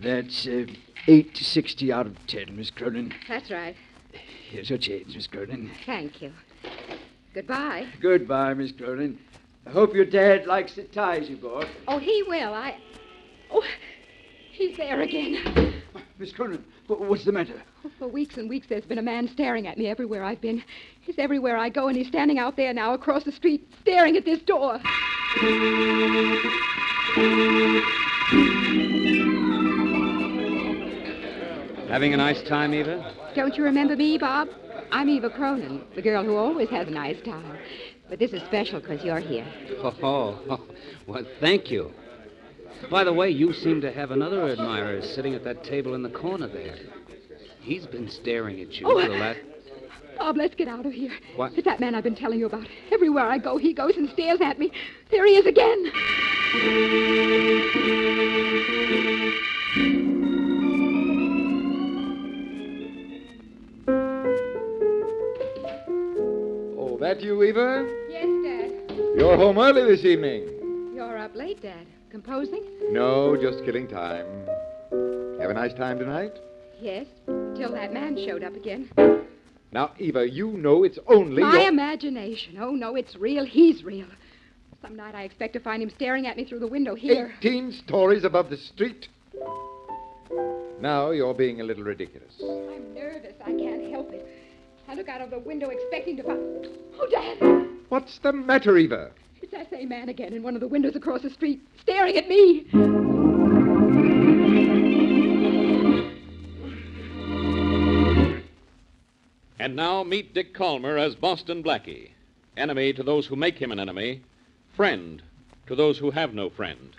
That's uh, 860 out of 10, Miss Cronin. That's right. Here's your change, Miss Cronin. Thank you. Goodbye. Goodbye, Miss Cronin. I hope your dad likes the ties you bought. Oh, he will. I. Oh, he's there again. Oh, Miss Cronin, wh- what's the matter? For weeks and weeks, there's been a man staring at me everywhere I've been. He's everywhere I go, and he's standing out there now across the street, staring at this door. Having a nice time, Eva? Don't you remember me, Bob? I'm Eva Cronin, the girl who always has a nice time. But this is special because you're here. Oh, oh, well, thank you. By the way, you seem to have another admirer sitting at that table in the corner there. He's been staring at you Oh. for the last. Bob, let's get out of here. What? It's that man I've been telling you about. Everywhere I go, he goes and stares at me. There he is again. Oh, that you, Eva? Yes, Dad. You're home early this evening. You're up late, Dad. Composing? No, just killing time. Have a nice time tonight? Yes, till that man showed up again. Now, Eva, you know it's only. My your- imagination. Oh, no, it's real. He's real. Some night I expect to find him staring at me through the window here. Eighteen stories above the street. Now you're being a little ridiculous. I'm nervous. I can't help it. I look out of the window expecting to find. Oh, Dad! What's the matter, Eva? It's that same man again in one of the windows across the street, staring at me. And now meet Dick Calmer as Boston Blackie, enemy to those who make him an enemy, friend to those who have no friend.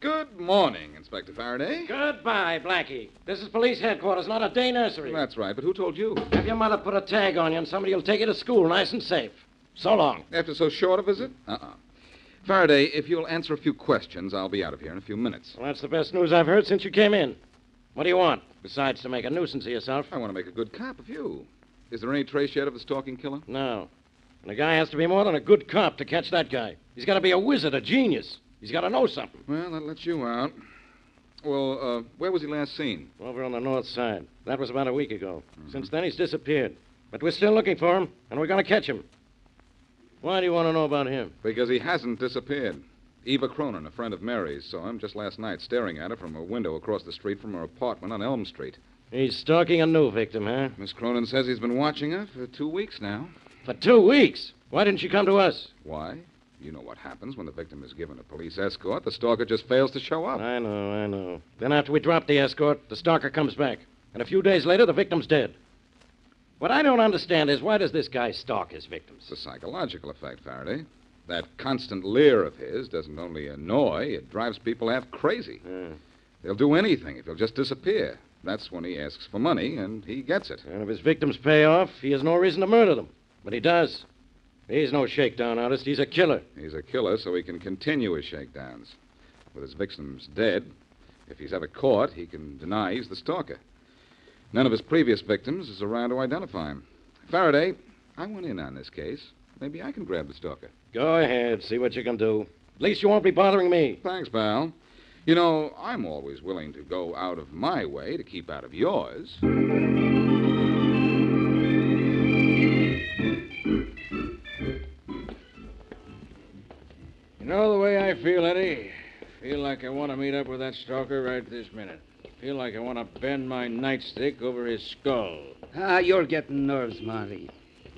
Good morning, Inspector Faraday. Goodbye, Blackie. This is police headquarters, not a day nursery. That's right, but who told you? Have your mother put a tag on you, and somebody will take you to school nice and safe. So long. After so short a visit? Uh-uh. Faraday, if you'll answer a few questions, I'll be out of here in a few minutes. Well, that's the best news I've heard since you came in. What do you want, besides to make a nuisance of yourself? I want to make a good cop of you. Is there any trace yet of the stalking killer? No. And a guy has to be more than a good cop to catch that guy. He's got to be a wizard, a genius. He's got to know something. Well, that lets you out. Well, uh, where was he last seen? Mm-hmm. Over on the north side. That was about a week ago. Since then, he's disappeared. But we're still looking for him, and we're going to catch him. Why do you want to know about him? Because he hasn't disappeared. Eva Cronin, a friend of Mary's, saw him just last night staring at her from a window across the street from her apartment on Elm Street. He's stalking a new victim, huh? Miss Cronin says he's been watching her for two weeks now. For two weeks. Why didn't you come to us? Why? You know what happens when the victim is given a police escort. The stalker just fails to show up. I know, I know. Then after we drop the escort, the stalker comes back. And a few days later, the victim's dead. What I don't understand is why does this guy stalk his victims? It's a psychological effect, Faraday. That constant leer of his doesn't only annoy, it drives people half crazy. Yeah. They'll do anything if he'll just disappear. That's when he asks for money, and he gets it. And if his victims pay off, he has no reason to murder them. But he does. He's no shakedown artist. He's a killer. He's a killer, so he can continue his shakedowns. With his victims dead, if he's ever caught, he can deny he's the stalker. None of his previous victims is around to identify him. Faraday, I went in on this case. Maybe I can grab the stalker. Go ahead, see what you can do. At least you won't be bothering me. Thanks, pal. You know, I'm always willing to go out of my way to keep out of yours. Uh, You know the way I feel, Eddie? Feel like I want to meet up with that stalker right this minute. Feel like I want to bend my nightstick over his skull. Ah, you're getting nerves, Marty.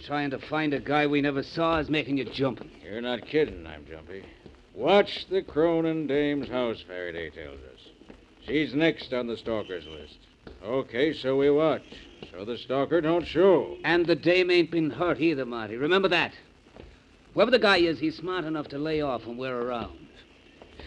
Trying to find a guy we never saw is making you jump. You're not kidding, I'm jumpy. Watch the Cronin dame's house, Faraday tells us. She's next on the stalker's list. Okay, so we watch. So the stalker don't show. And the dame ain't been hurt either, Marty. Remember that. Whoever the guy is, he's smart enough to lay off when we're around.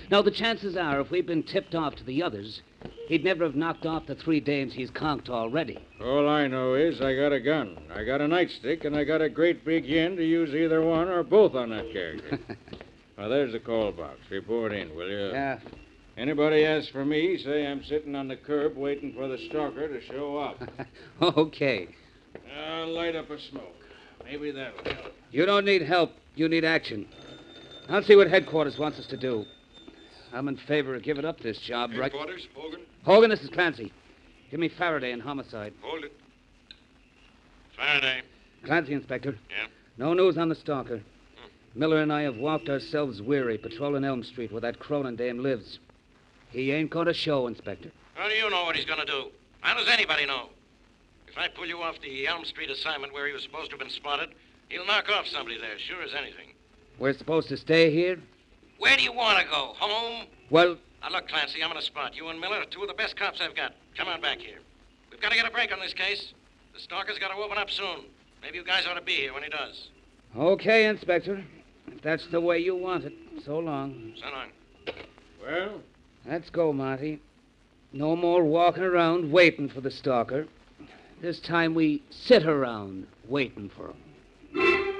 Now, the chances are, if we'd been tipped off to the others, he'd never have knocked off the three dames he's conked already. All I know is I got a gun, I got a nightstick, and I got a great big yen to use either one or both on that character. now, there's the call box. Report in, will you? Yeah. Anybody asks for me, say I'm sitting on the curb waiting for the stalker to show up. okay. Now, light up a smoke. Maybe that'll help. You don't need help. You need action. I'll see what headquarters wants us to do. I'm in favor of giving up this job, right? Headquarters, Hogan, Hogan, this is Clancy. Give me Faraday and homicide. hold it. Faraday. Clancy, Inspector. Yeah? No news on the stalker. Miller and I have walked ourselves weary patrolling Elm Street where that Cronin dame lives. He ain't going to show, Inspector. How do you know what he's going to do? How does anybody know? If I pull you off the Elm Street assignment where he was supposed to have been spotted, he'll knock off somebody there, sure as anything. We're supposed to stay here? Where do you want to go? Home? Well, Now, look, Clancy, I'm in a spot. You and Miller are two of the best cops I've got. Come on back here. We've got to get a break on this case. The stalker's got to open up soon. Maybe you guys ought to be here when he does. okay, Inspector. If that's the way you want it, so long. So long. Well, Let's go, Monty. No more walking around waiting for the stalker. This time we sit around waiting for him.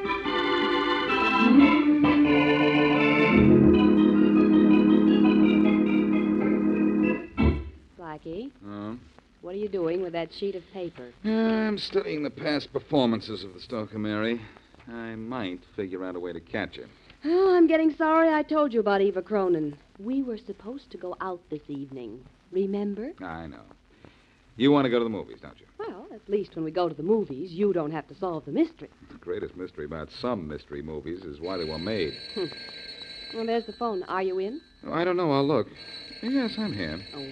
Blackie, Uh, what are you doing with that sheet of paper? I'm studying the past performances of the stalker, Mary. I might figure out a way to catch him. Oh, I'm getting sorry I told you about Eva Cronin. We were supposed to go out this evening. Remember? I know. You want to go to the movies, don't you? Well, at least when we go to the movies, you don't have to solve the mystery. The greatest mystery about some mystery movies is why they were made. Well, there's the phone. Are you in? Oh, I don't know. I'll look. Yes, I'm here. Oh,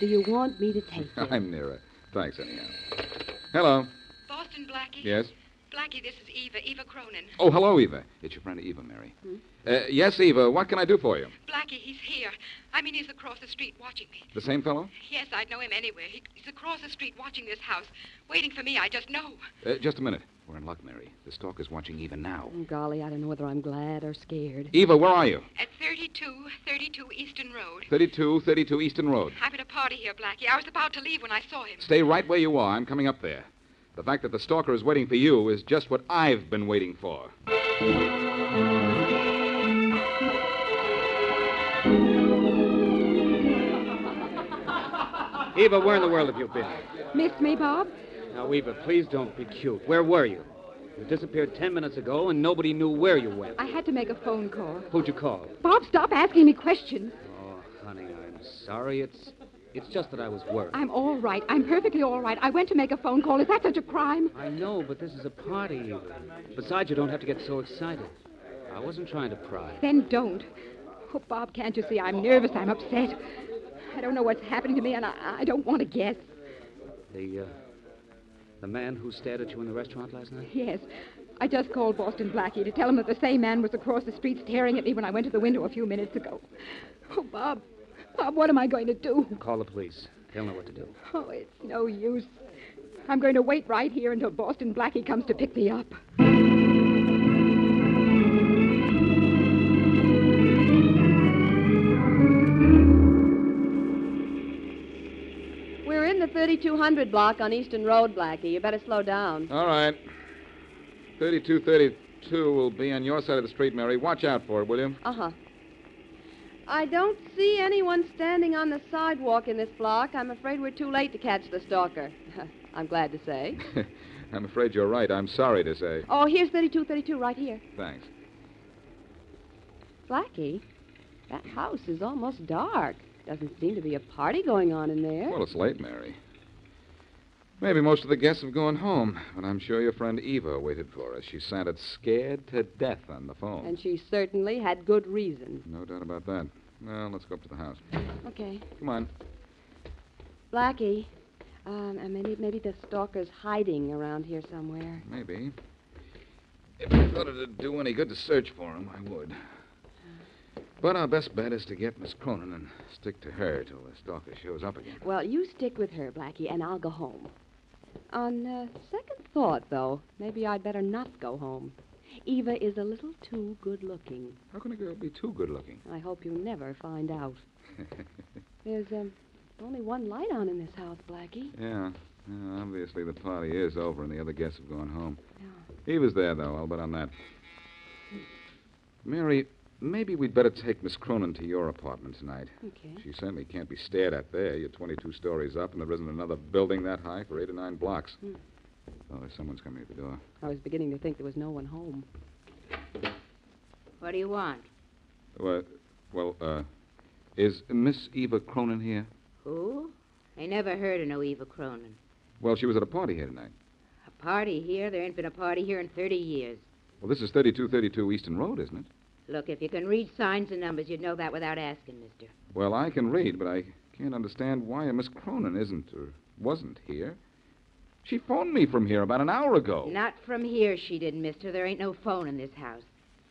do you want me to take you? I'm nearer. Thanks, anyhow. Hello. Boston Blackie? Yes? Blackie, this is Eva, Eva Cronin. Oh, hello, Eva. It's your friend Eva, Mary. Hmm? Uh, yes, Eva. What can I do for you? Blackie, he's here. I mean, he's across the street watching me. The same fellow? Yes, I'd know him anywhere. He, he's across the street watching this house, waiting for me. I just know. Uh, just a minute. We're in luck, Mary. The stalker's watching Eva now. Oh, golly, I don't know whether I'm glad or scared. Eva, where are you? At 32, 32 Eastern Road. 32, 32 Eastern Road. I'm at a party here, Blackie. I was about to leave when I saw him. Stay right where you are. I'm coming up there. The fact that the stalker is waiting for you is just what I've been waiting for. Eva, where in the world have you been? Missed me, Bob? Now, Eva, please don't be cute. Where were you? You disappeared ten minutes ago, and nobody knew where you went. I had to make a phone call. Who'd you call? Bob, stop asking me questions. Oh, honey, I'm sorry. It's it's just that I was worried. I'm all right. I'm perfectly all right. I went to make a phone call. Is that such a crime? I know, but this is a party, Eva. Besides, you don't have to get so excited. I wasn't trying to pry. Then don't. Oh, Bob, can't you see? I'm nervous. I'm upset. I don't know what's happening to me, and I, I don't want to guess. The uh, the man who stared at you in the restaurant last night. Yes. I just called Boston Blackie to tell him that the same man was across the street staring at me when I went to the window a few minutes ago. Oh, Bob. Bob, what am I going to do? Call the police. They'll know what to do. Oh, it's no use. I'm going to wait right here until Boston Blackie comes to pick me up. We're in the 3200 block on Eastern Road, Blackie. You better slow down. All right. 32, 32 will be on your side of the street, Mary. Watch out for it, will you? Uh huh. I don't see anyone standing on the sidewalk in this block. I'm afraid we're too late to catch the stalker. I'm glad to say. I'm afraid you're right. I'm sorry to say. Oh, here's 3232 right here. Thanks. Blackie, that house is almost dark. Doesn't seem to be a party going on in there. Well, it's late, Mary. Maybe most of the guests have gone home, but I'm sure your friend Eva waited for us. She sounded scared to death on the phone. And she certainly had good reason. No doubt about that. Well, let's go up to the house. Okay. Come on. Blackie, um, and maybe, maybe the stalker's hiding around here somewhere. Maybe. If I thought it'd do any good to search for him, I would. But our best bet is to get Miss Cronin and stick to her till the stalker shows up again. Well, you stick with her, Blackie, and I'll go home. On uh, second thought, though, maybe I'd better not go home. Eva is a little too good looking. How can a girl be too good looking? I hope you never find out. There's um, only one light on in this house, Blackie. Yeah. yeah, Obviously, the party is over and the other guests have gone home. Yeah. Eva's there, though. I'll bet on that. Mary, maybe we'd better take Miss Cronin to your apartment tonight. Okay. She certainly can't be stared at there. You're 22 stories up, and there isn't another building that high for eight or nine blocks. Hmm. Oh, there's someone's coming at the door. I was beginning to think there was no one home. What do you want? Well, well uh, is Miss Eva Cronin here? Who? I never heard of no Eva Cronin. Well, she was at a party here tonight. A party here? There ain't been a party here in 30 years. Well, this is 3232 Eastern Road, isn't it? Look, if you can read signs and numbers, you'd know that without asking, mister. Well, I can read, but I can't understand why a Miss Cronin isn't or wasn't here. She phoned me from here about an hour ago. Not from here she did, mister. There ain't no phone in this house.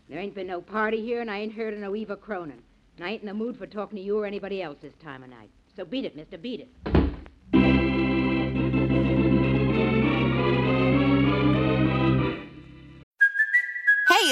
There ain't been no party here, and I ain't heard of no Eva Cronin. And I ain't in the mood for talking to you or anybody else this time of night. So beat it, mister, beat it. Hey,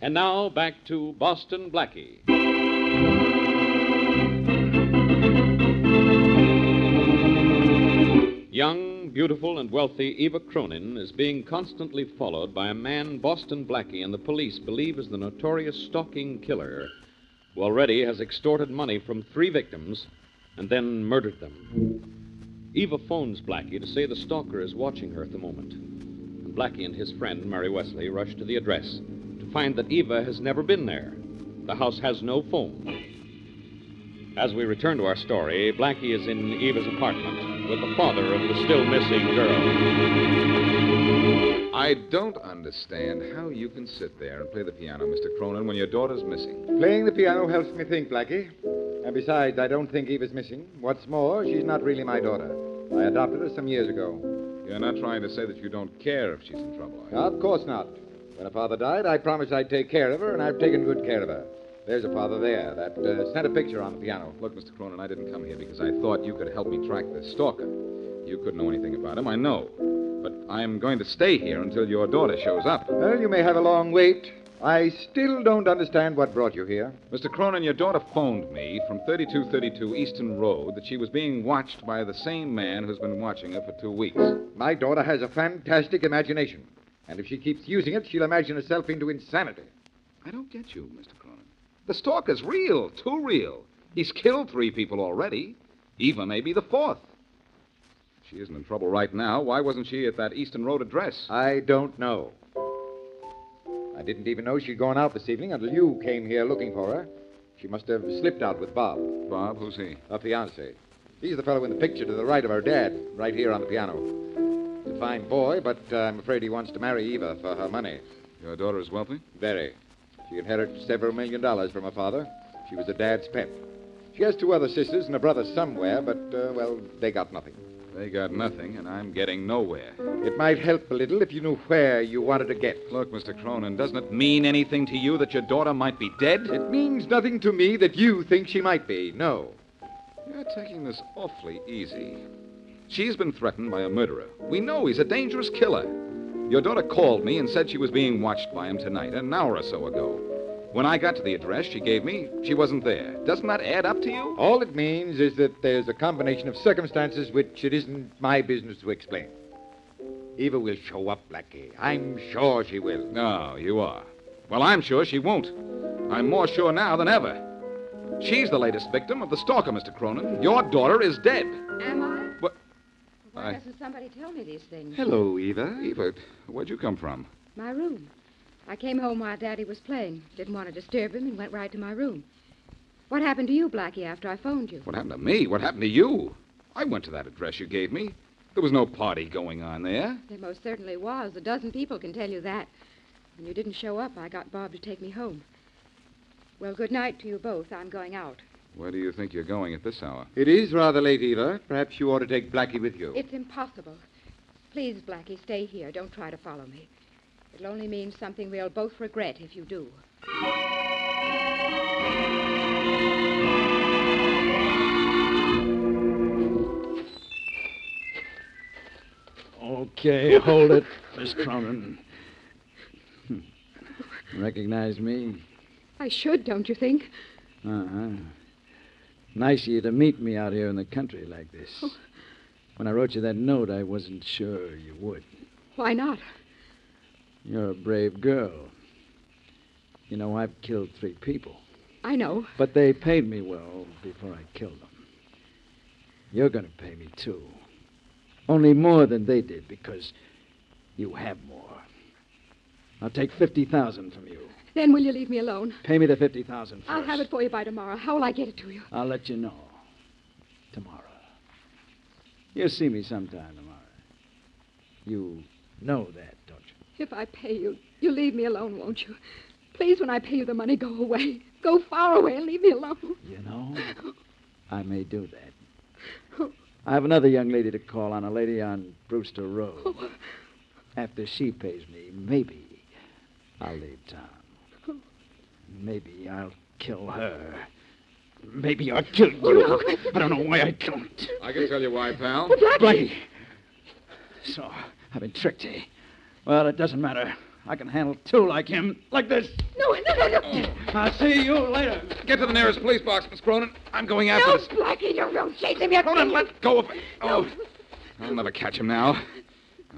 And now back to Boston Blackie. Young, beautiful, and wealthy Eva Cronin is being constantly followed by a man Boston Blackie and the police believe is the notorious stalking killer who already has extorted money from three victims and then murdered them. Eva phones Blackie to say the stalker is watching her at the moment. Blackie and his friend, Mary Wesley, rush to the address to find that Eva has never been there. The house has no phone. As we return to our story, Blackie is in Eva's apartment with the father of the still missing girl. I don't understand how you can sit there and play the piano, Mr. Cronin, when your daughter's missing. Playing the piano helps me think, Blackie. And besides, I don't think Eva's missing. What's more, she's not really my daughter. I adopted her some years ago. You're not trying to say that you don't care if she's in trouble, are you? Of course not. When her father died, I promised I'd take care of her, and I've taken good care of her. There's a father there. That uh, sent a picture on the piano. Look, Mr. Cronin, I didn't come here because I thought you could help me track this stalker. You couldn't know anything about him, I know. But I'm going to stay here until your daughter shows up. Well, you may have a long wait. I still don't understand what brought you here. Mr. Cronin, your daughter phoned me from 3232 Eastern Road that she was being watched by the same man who's been watching her for two weeks. My daughter has a fantastic imagination. And if she keeps using it, she'll imagine herself into insanity. I don't get you, Mr. Cronin. The stalker's real, too real. He's killed three people already. Eva may be the fourth. If She isn't in trouble right now. Why wasn't she at that Eastern Road address? I don't know. I didn't even know she'd gone out this evening until you came here looking for her. She must have slipped out with Bob, Bob, who's he? her fiance. He's the fellow in the picture to the right of her dad, right here on the piano. He's a fine boy, but uh, I'm afraid he wants to marry Eva for her money. Your daughter is wealthy? Very. She inherited several million dollars from her father. She was her dad's pet. She has two other sisters and a brother somewhere, but, uh, well, they got nothing. They got nothing, and I'm getting nowhere. It might help a little if you knew where you wanted to get. Look, Mr. Cronin, doesn't it mean anything to you that your daughter might be dead? It means nothing to me that you think she might be. No. You're taking this awfully easy. She's been threatened by a murderer. We know he's a dangerous killer. Your daughter called me and said she was being watched by him tonight, an hour or so ago. When I got to the address she gave me, she wasn't there. Doesn't that add up to you? All it means is that there's a combination of circumstances which it isn't my business to explain. Eva will show up, Blackie. I'm sure she will. No, you are. Well, I'm sure she won't. I'm more sure now than ever. She's the latest victim of the stalker, Mr. Cronin. Your daughter is dead. Am I? What? Why I- doesn't somebody tell me these things? Hello, Eva. Eva, where'd you come from? My room. I came home while Daddy was playing. Didn't want to disturb him and went right to my room. What happened to you, Blackie, after I phoned you? What happened to me? What happened to you? I went to that address you gave me. There was no party going on there. There most certainly was. A dozen people can tell you that. When you didn't show up, I got Bob to take me home. Well, good night to you both. I'm going out. Where do you think you're going at this hour? It is rather late, Eva. Perhaps you ought to take Blackie with you. It's impossible. Please, Blackie, stay here. Don't try to follow me. It'll only mean something we'll both regret if you do. Okay, hold it, Miss Cronin. Hmm. Recognize me? I should, don't you think? Uh huh. Nice of you to meet me out here in the country like this. When I wrote you that note, I wasn't sure you would. Why not? You're a brave girl. You know, I've killed three people, I know. but they paid me well before I killed them. You're going to pay me, too. Only more than they did because you have more. I'll take 50000 from you. Then will you leave me alone? Pay me the 50000 I'll have it for you by tomorrow. How will I get it to you? I'll let you know tomorrow. You'll see me sometime tomorrow. You know that, don't you? If I pay you, you'll leave me alone, won't you? Please, when I pay you the money, go away. Go far away and leave me alone. You know, I may do that. I have another young lady to call on, a lady on Brewster Oh, Road. After she pays me, maybe I'll leave town. Maybe I'll kill her. Maybe I'll kill Oh, you. I don't know why I don't. I can tell you why, pal. Blackie! So, I've been tricked, eh? Well, it doesn't matter. I can handle two like him, like this. No, no, no, no. I'll see you later. Get to the nearest police box, Miss Cronin. I'm going after No, this. Blackie, you will chase him. You're Cronin, let go of Oh, I'll never catch him now.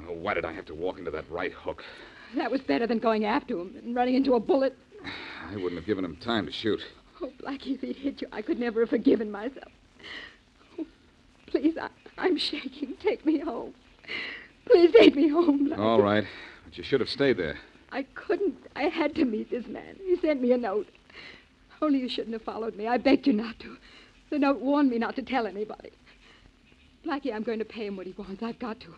Oh, why did I have to walk into that right hook? That was better than going after him and running into a bullet. I wouldn't have given him time to shoot. Oh, Blackie, if he'd hit you, I could never have forgiven myself. Oh, please, I, I'm shaking. Take me home. Please take me home, Blackie. All right, but you should have stayed there. I couldn't. I had to meet this man. He sent me a note. Only you shouldn't have followed me. I begged you not to. The note warned me not to tell anybody. Blackie, I'm going to pay him what he wants. I've got to.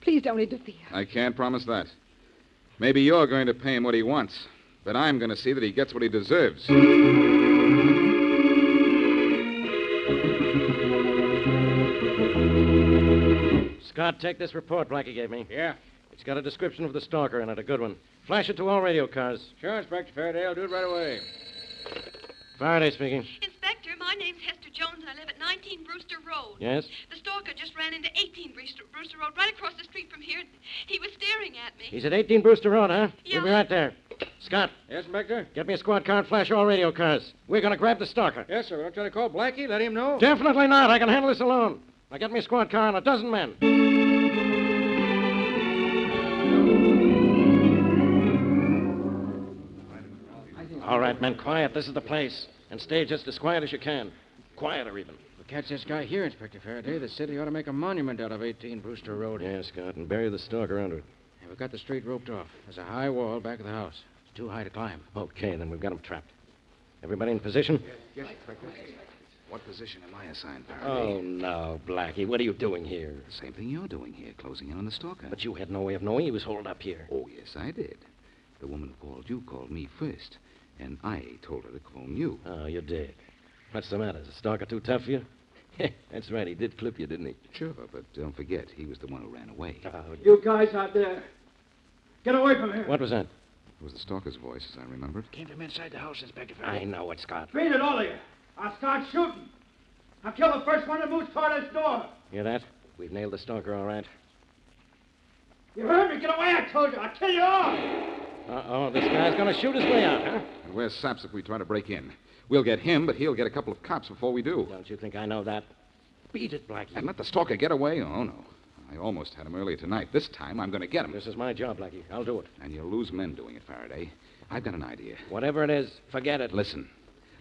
Please don't interfere. I can't promise that. Maybe you're going to pay him what he wants, but I'm going to see that he gets what he deserves. Scott, take this report Blackie gave me. Yeah? It's got a description of the stalker in it, a good one. Flash it to all radio cars. Sure, Inspector Faraday. I'll do it right away. Faraday speaking. Inspector, my name's Hester Jones. I live at 19 Brewster Road. Yes? The stalker just ran into 18 Brewster, Brewster Road, right across the street from here. He was staring at me. He's at 18 Brewster Road, huh? Yeah. We'll be right there. Scott. Yes, Inspector? Get me a squad car and flash all radio cars. We're going to grab the stalker. Yes, sir. We're not trying to call Blackie. Let him know. Definitely not. I can handle this alone. Now get me a squad car and a dozen men. All right, men, quiet. This is the place. And stay just as quiet as you can. Quieter, even. We'll catch this guy here, Inspector Faraday. The city ought to make a monument out of 18 Brewster Road. Yeah, Scott, and bury the stalker under it. And we've got the street roped off. There's a high wall back of the house. It's too high to climb. Okay, then we've got him trapped. Everybody in position? Yes, Inspector. What position am I assigned, Oh, no, Blackie. What are you doing here? Same thing you're doing here, closing in on the stalker. But you had no way of knowing he was holed up here. Oh, yes, I did. The woman who called you called me first, and I told her to call you. Oh, you did. What's the matter? Is the stalker too tough for you? That's right. He did clip you, didn't he? Sure, but don't forget, he was the one who ran away. Oh, You guys out there, get away from here. What was that? It was the stalker's voice, as I remembered. Came from inside the house, Inspector I know it, Scott. Beat it, all of you. I'll start shooting. I'll kill the first one that moves toward this door. Hear that? We've nailed the stalker, all right. You heard me. Get away, I told you. I'll kill you all. Uh-oh, uh, oh, this guy's gonna shoot his way out, huh? And where's Saps if we try to break in? We'll get him, but he'll get a couple of cops before we do. Don't you think I know that? Beat it, Blackie. And let the stalker get away? Oh, no. I almost had him earlier tonight. This time, I'm going to get him. This is my job, Blackie. I'll do it. And you'll lose men doing it, Faraday. I've got an idea. Whatever it is, forget it. Listen,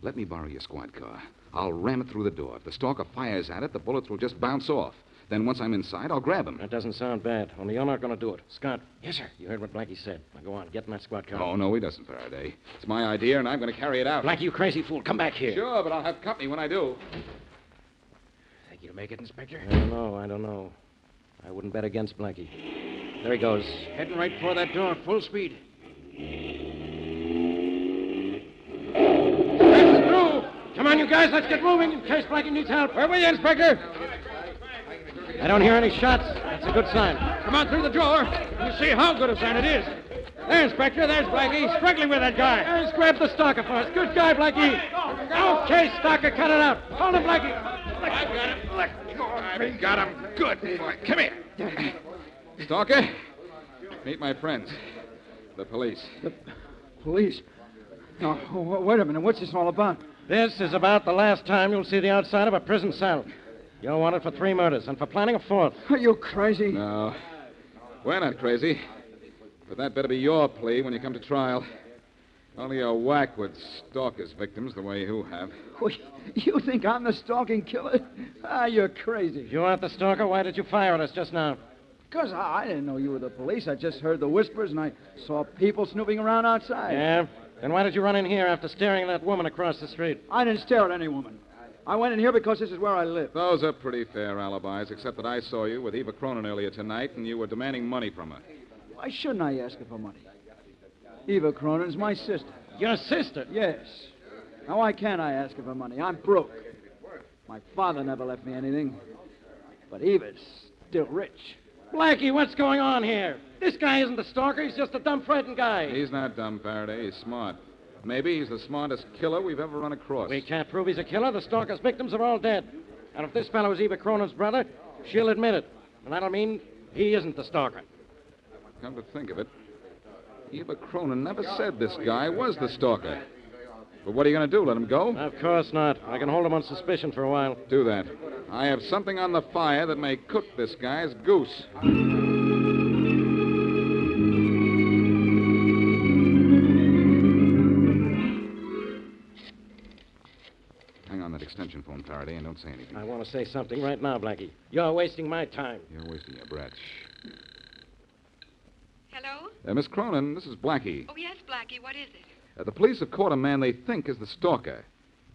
let me borrow your squad car. I'll ram it through the door. If the stalker fires at it, the bullets will just bounce off. Then once I'm inside, I'll grab him. That doesn't sound bad, only you're not gonna do it. Scott. Yes, sir. You heard what Blackie said. Now go on, get in that squad car. Oh, no, he doesn't, Faraday. It's my idea, and I'm going to carry it out. Blackie, you crazy fool. Come back here. Sure, but I'll have company when I do. I don't know, I don't know. I wouldn't bet against Blackie. There he goes. Heading right for that door, full speed. Through! Come on, you guys, let's get moving in case Blackie needs help. Where are we, Inspector? I don't hear any shots. That's a good sign. Come on through the door. You see how good a sign it is. There, Inspector, there's Blackie, struggling with that guy. Let's grab the stalker first. Good guy, Blackie. Okay, stalker, cut it out. Hold him, Blackie. I got him. Let go I got him good, boy. Come here. Stalker, meet my friends, the police. Police? No, w- wait a minute. What's this all about? This is about the last time you'll see the outside of a prison cell. You're wanted for three murders and for planning a fourth. Are you crazy? No. We're not crazy. But that better be your plea when you come to trial. Only a whack would stalk his victims the way you have. You think I'm the stalking killer? Ah, you're crazy. You aren't the stalker. Why did you fire at us just now? Because I, I didn't know you were the police. I just heard the whispers and I saw people snooping around outside. Yeah? Then why did you run in here after staring at that woman across the street? I didn't stare at any woman. I went in here because this is where I live. Those are pretty fair alibis, except that I saw you with Eva Cronin earlier tonight and you were demanding money from her. Why shouldn't I ask her for money? Eva Cronin's my sister. Your sister? Yes. Now, why can't I ask her for money? I'm broke. My father never left me anything. But Eva's still rich. Blackie, what's going on here? This guy isn't the stalker. He's just a dumb frightened guy. He's not dumb, Faraday. He's smart. Maybe he's the smartest killer we've ever run across. We can't prove he's a killer. The stalker's victims are all dead. And if this fellow is Eva Cronin's brother, she'll admit it. And that'll mean he isn't the stalker. Come to think of it, Eva Cronin never said this guy was the stalker. But what are you going to do? Let him go? Of course not. I can hold him on suspicion for a while. Do that. I have something on the fire that may cook this guy's goose. Hang on that extension phone, Faraday, and don't say anything. I want to say something right now, Blackie. You're wasting my time. You're wasting your breath. Shh. Hello? Uh, Miss Cronin, this is Blackie. Oh, yes, Blackie. What is it? Uh, the police have caught a man they think is the stalker.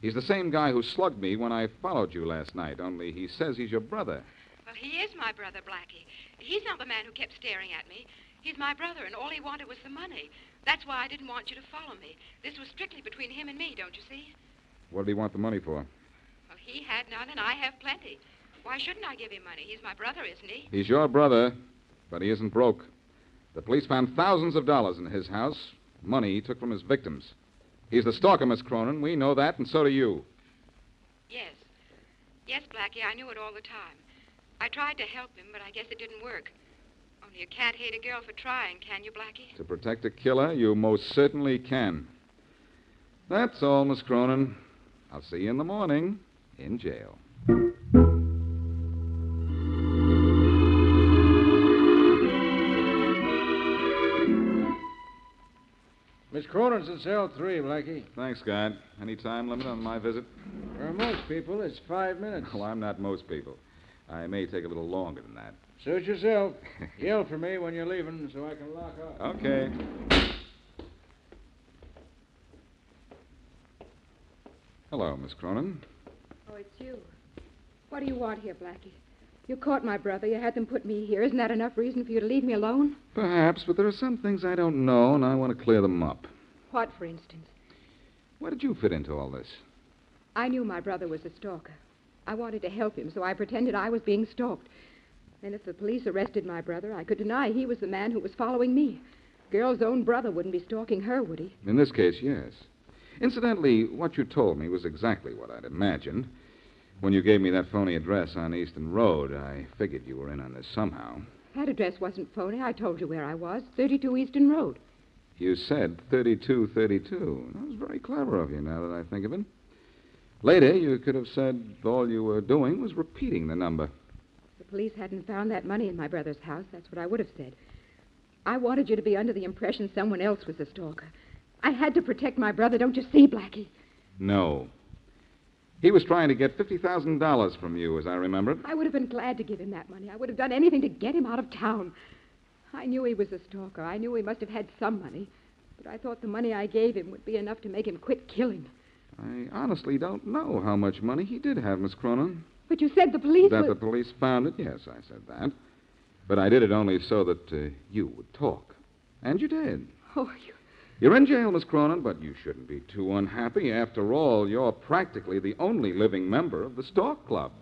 He's the same guy who slugged me when I followed you last night, only he says he's your brother. Well, he is my brother, Blackie. He's not the man who kept staring at me. He's my brother, and all he wanted was the money. That's why I didn't want you to follow me. This was strictly between him and me, don't you see? What did he want the money for? Well, he had none, and I have plenty. Why shouldn't I give him money? He's my brother, isn't he? He's your brother, but he isn't broke. The police found thousands of dollars in his house, money he took from his victims. He's the stalker, Miss Cronin. We know that, and so do you. Yes. Yes, Blackie, I knew it all the time. I tried to help him, but I guess it didn't work. Only you can't hate a girl for trying, can you, Blackie? To protect a killer, you most certainly can. That's all, Miss Cronin. I'll see you in the morning in jail. Miss Cronin's in cell three, Blackie. Thanks, God. Any time limit on my visit? For most people, it's five minutes. Well, I'm not most people. I may take a little longer than that. Suit yourself. Yell for me when you're leaving so I can lock up. Okay. Hello, Miss Cronin. Oh, it's you. What do you want here, Blackie? You caught my brother. You had them put me here. Isn't that enough reason for you to leave me alone? Perhaps, but there are some things I don't know, and I want to clear them up. What, for instance? Where did you fit into all this? I knew my brother was a stalker. I wanted to help him, so I pretended I was being stalked. Then, if the police arrested my brother, I could deny he was the man who was following me. Girl's own brother wouldn't be stalking her, would he? In this case, yes. Incidentally, what you told me was exactly what I'd imagined. When you gave me that phony address on Easton Road, I figured you were in on this somehow. That address wasn't phony. I told you where I was 32 Eastern Road. You said 3232. That was very clever of you, now that I think of it. Later, you could have said all you were doing was repeating the number. If the police hadn't found that money in my brother's house, that's what I would have said. I wanted you to be under the impression someone else was the stalker. I had to protect my brother, don't you see, Blackie? No. He was trying to get $50,000 from you, as I remember it. I would have been glad to give him that money. I would have done anything to get him out of town. I knew he was a stalker. I knew he must have had some money. But I thought the money I gave him would be enough to make him quit killing. I honestly don't know how much money he did have, Miss Cronin. But you said the police that were- the police found it, yes, I said that. But I did it only so that uh, you would talk. And you did. Oh, you. You're in jail, Miss Cronin, but you shouldn't be too unhappy. After all, you're practically the only living member of the Stork Club.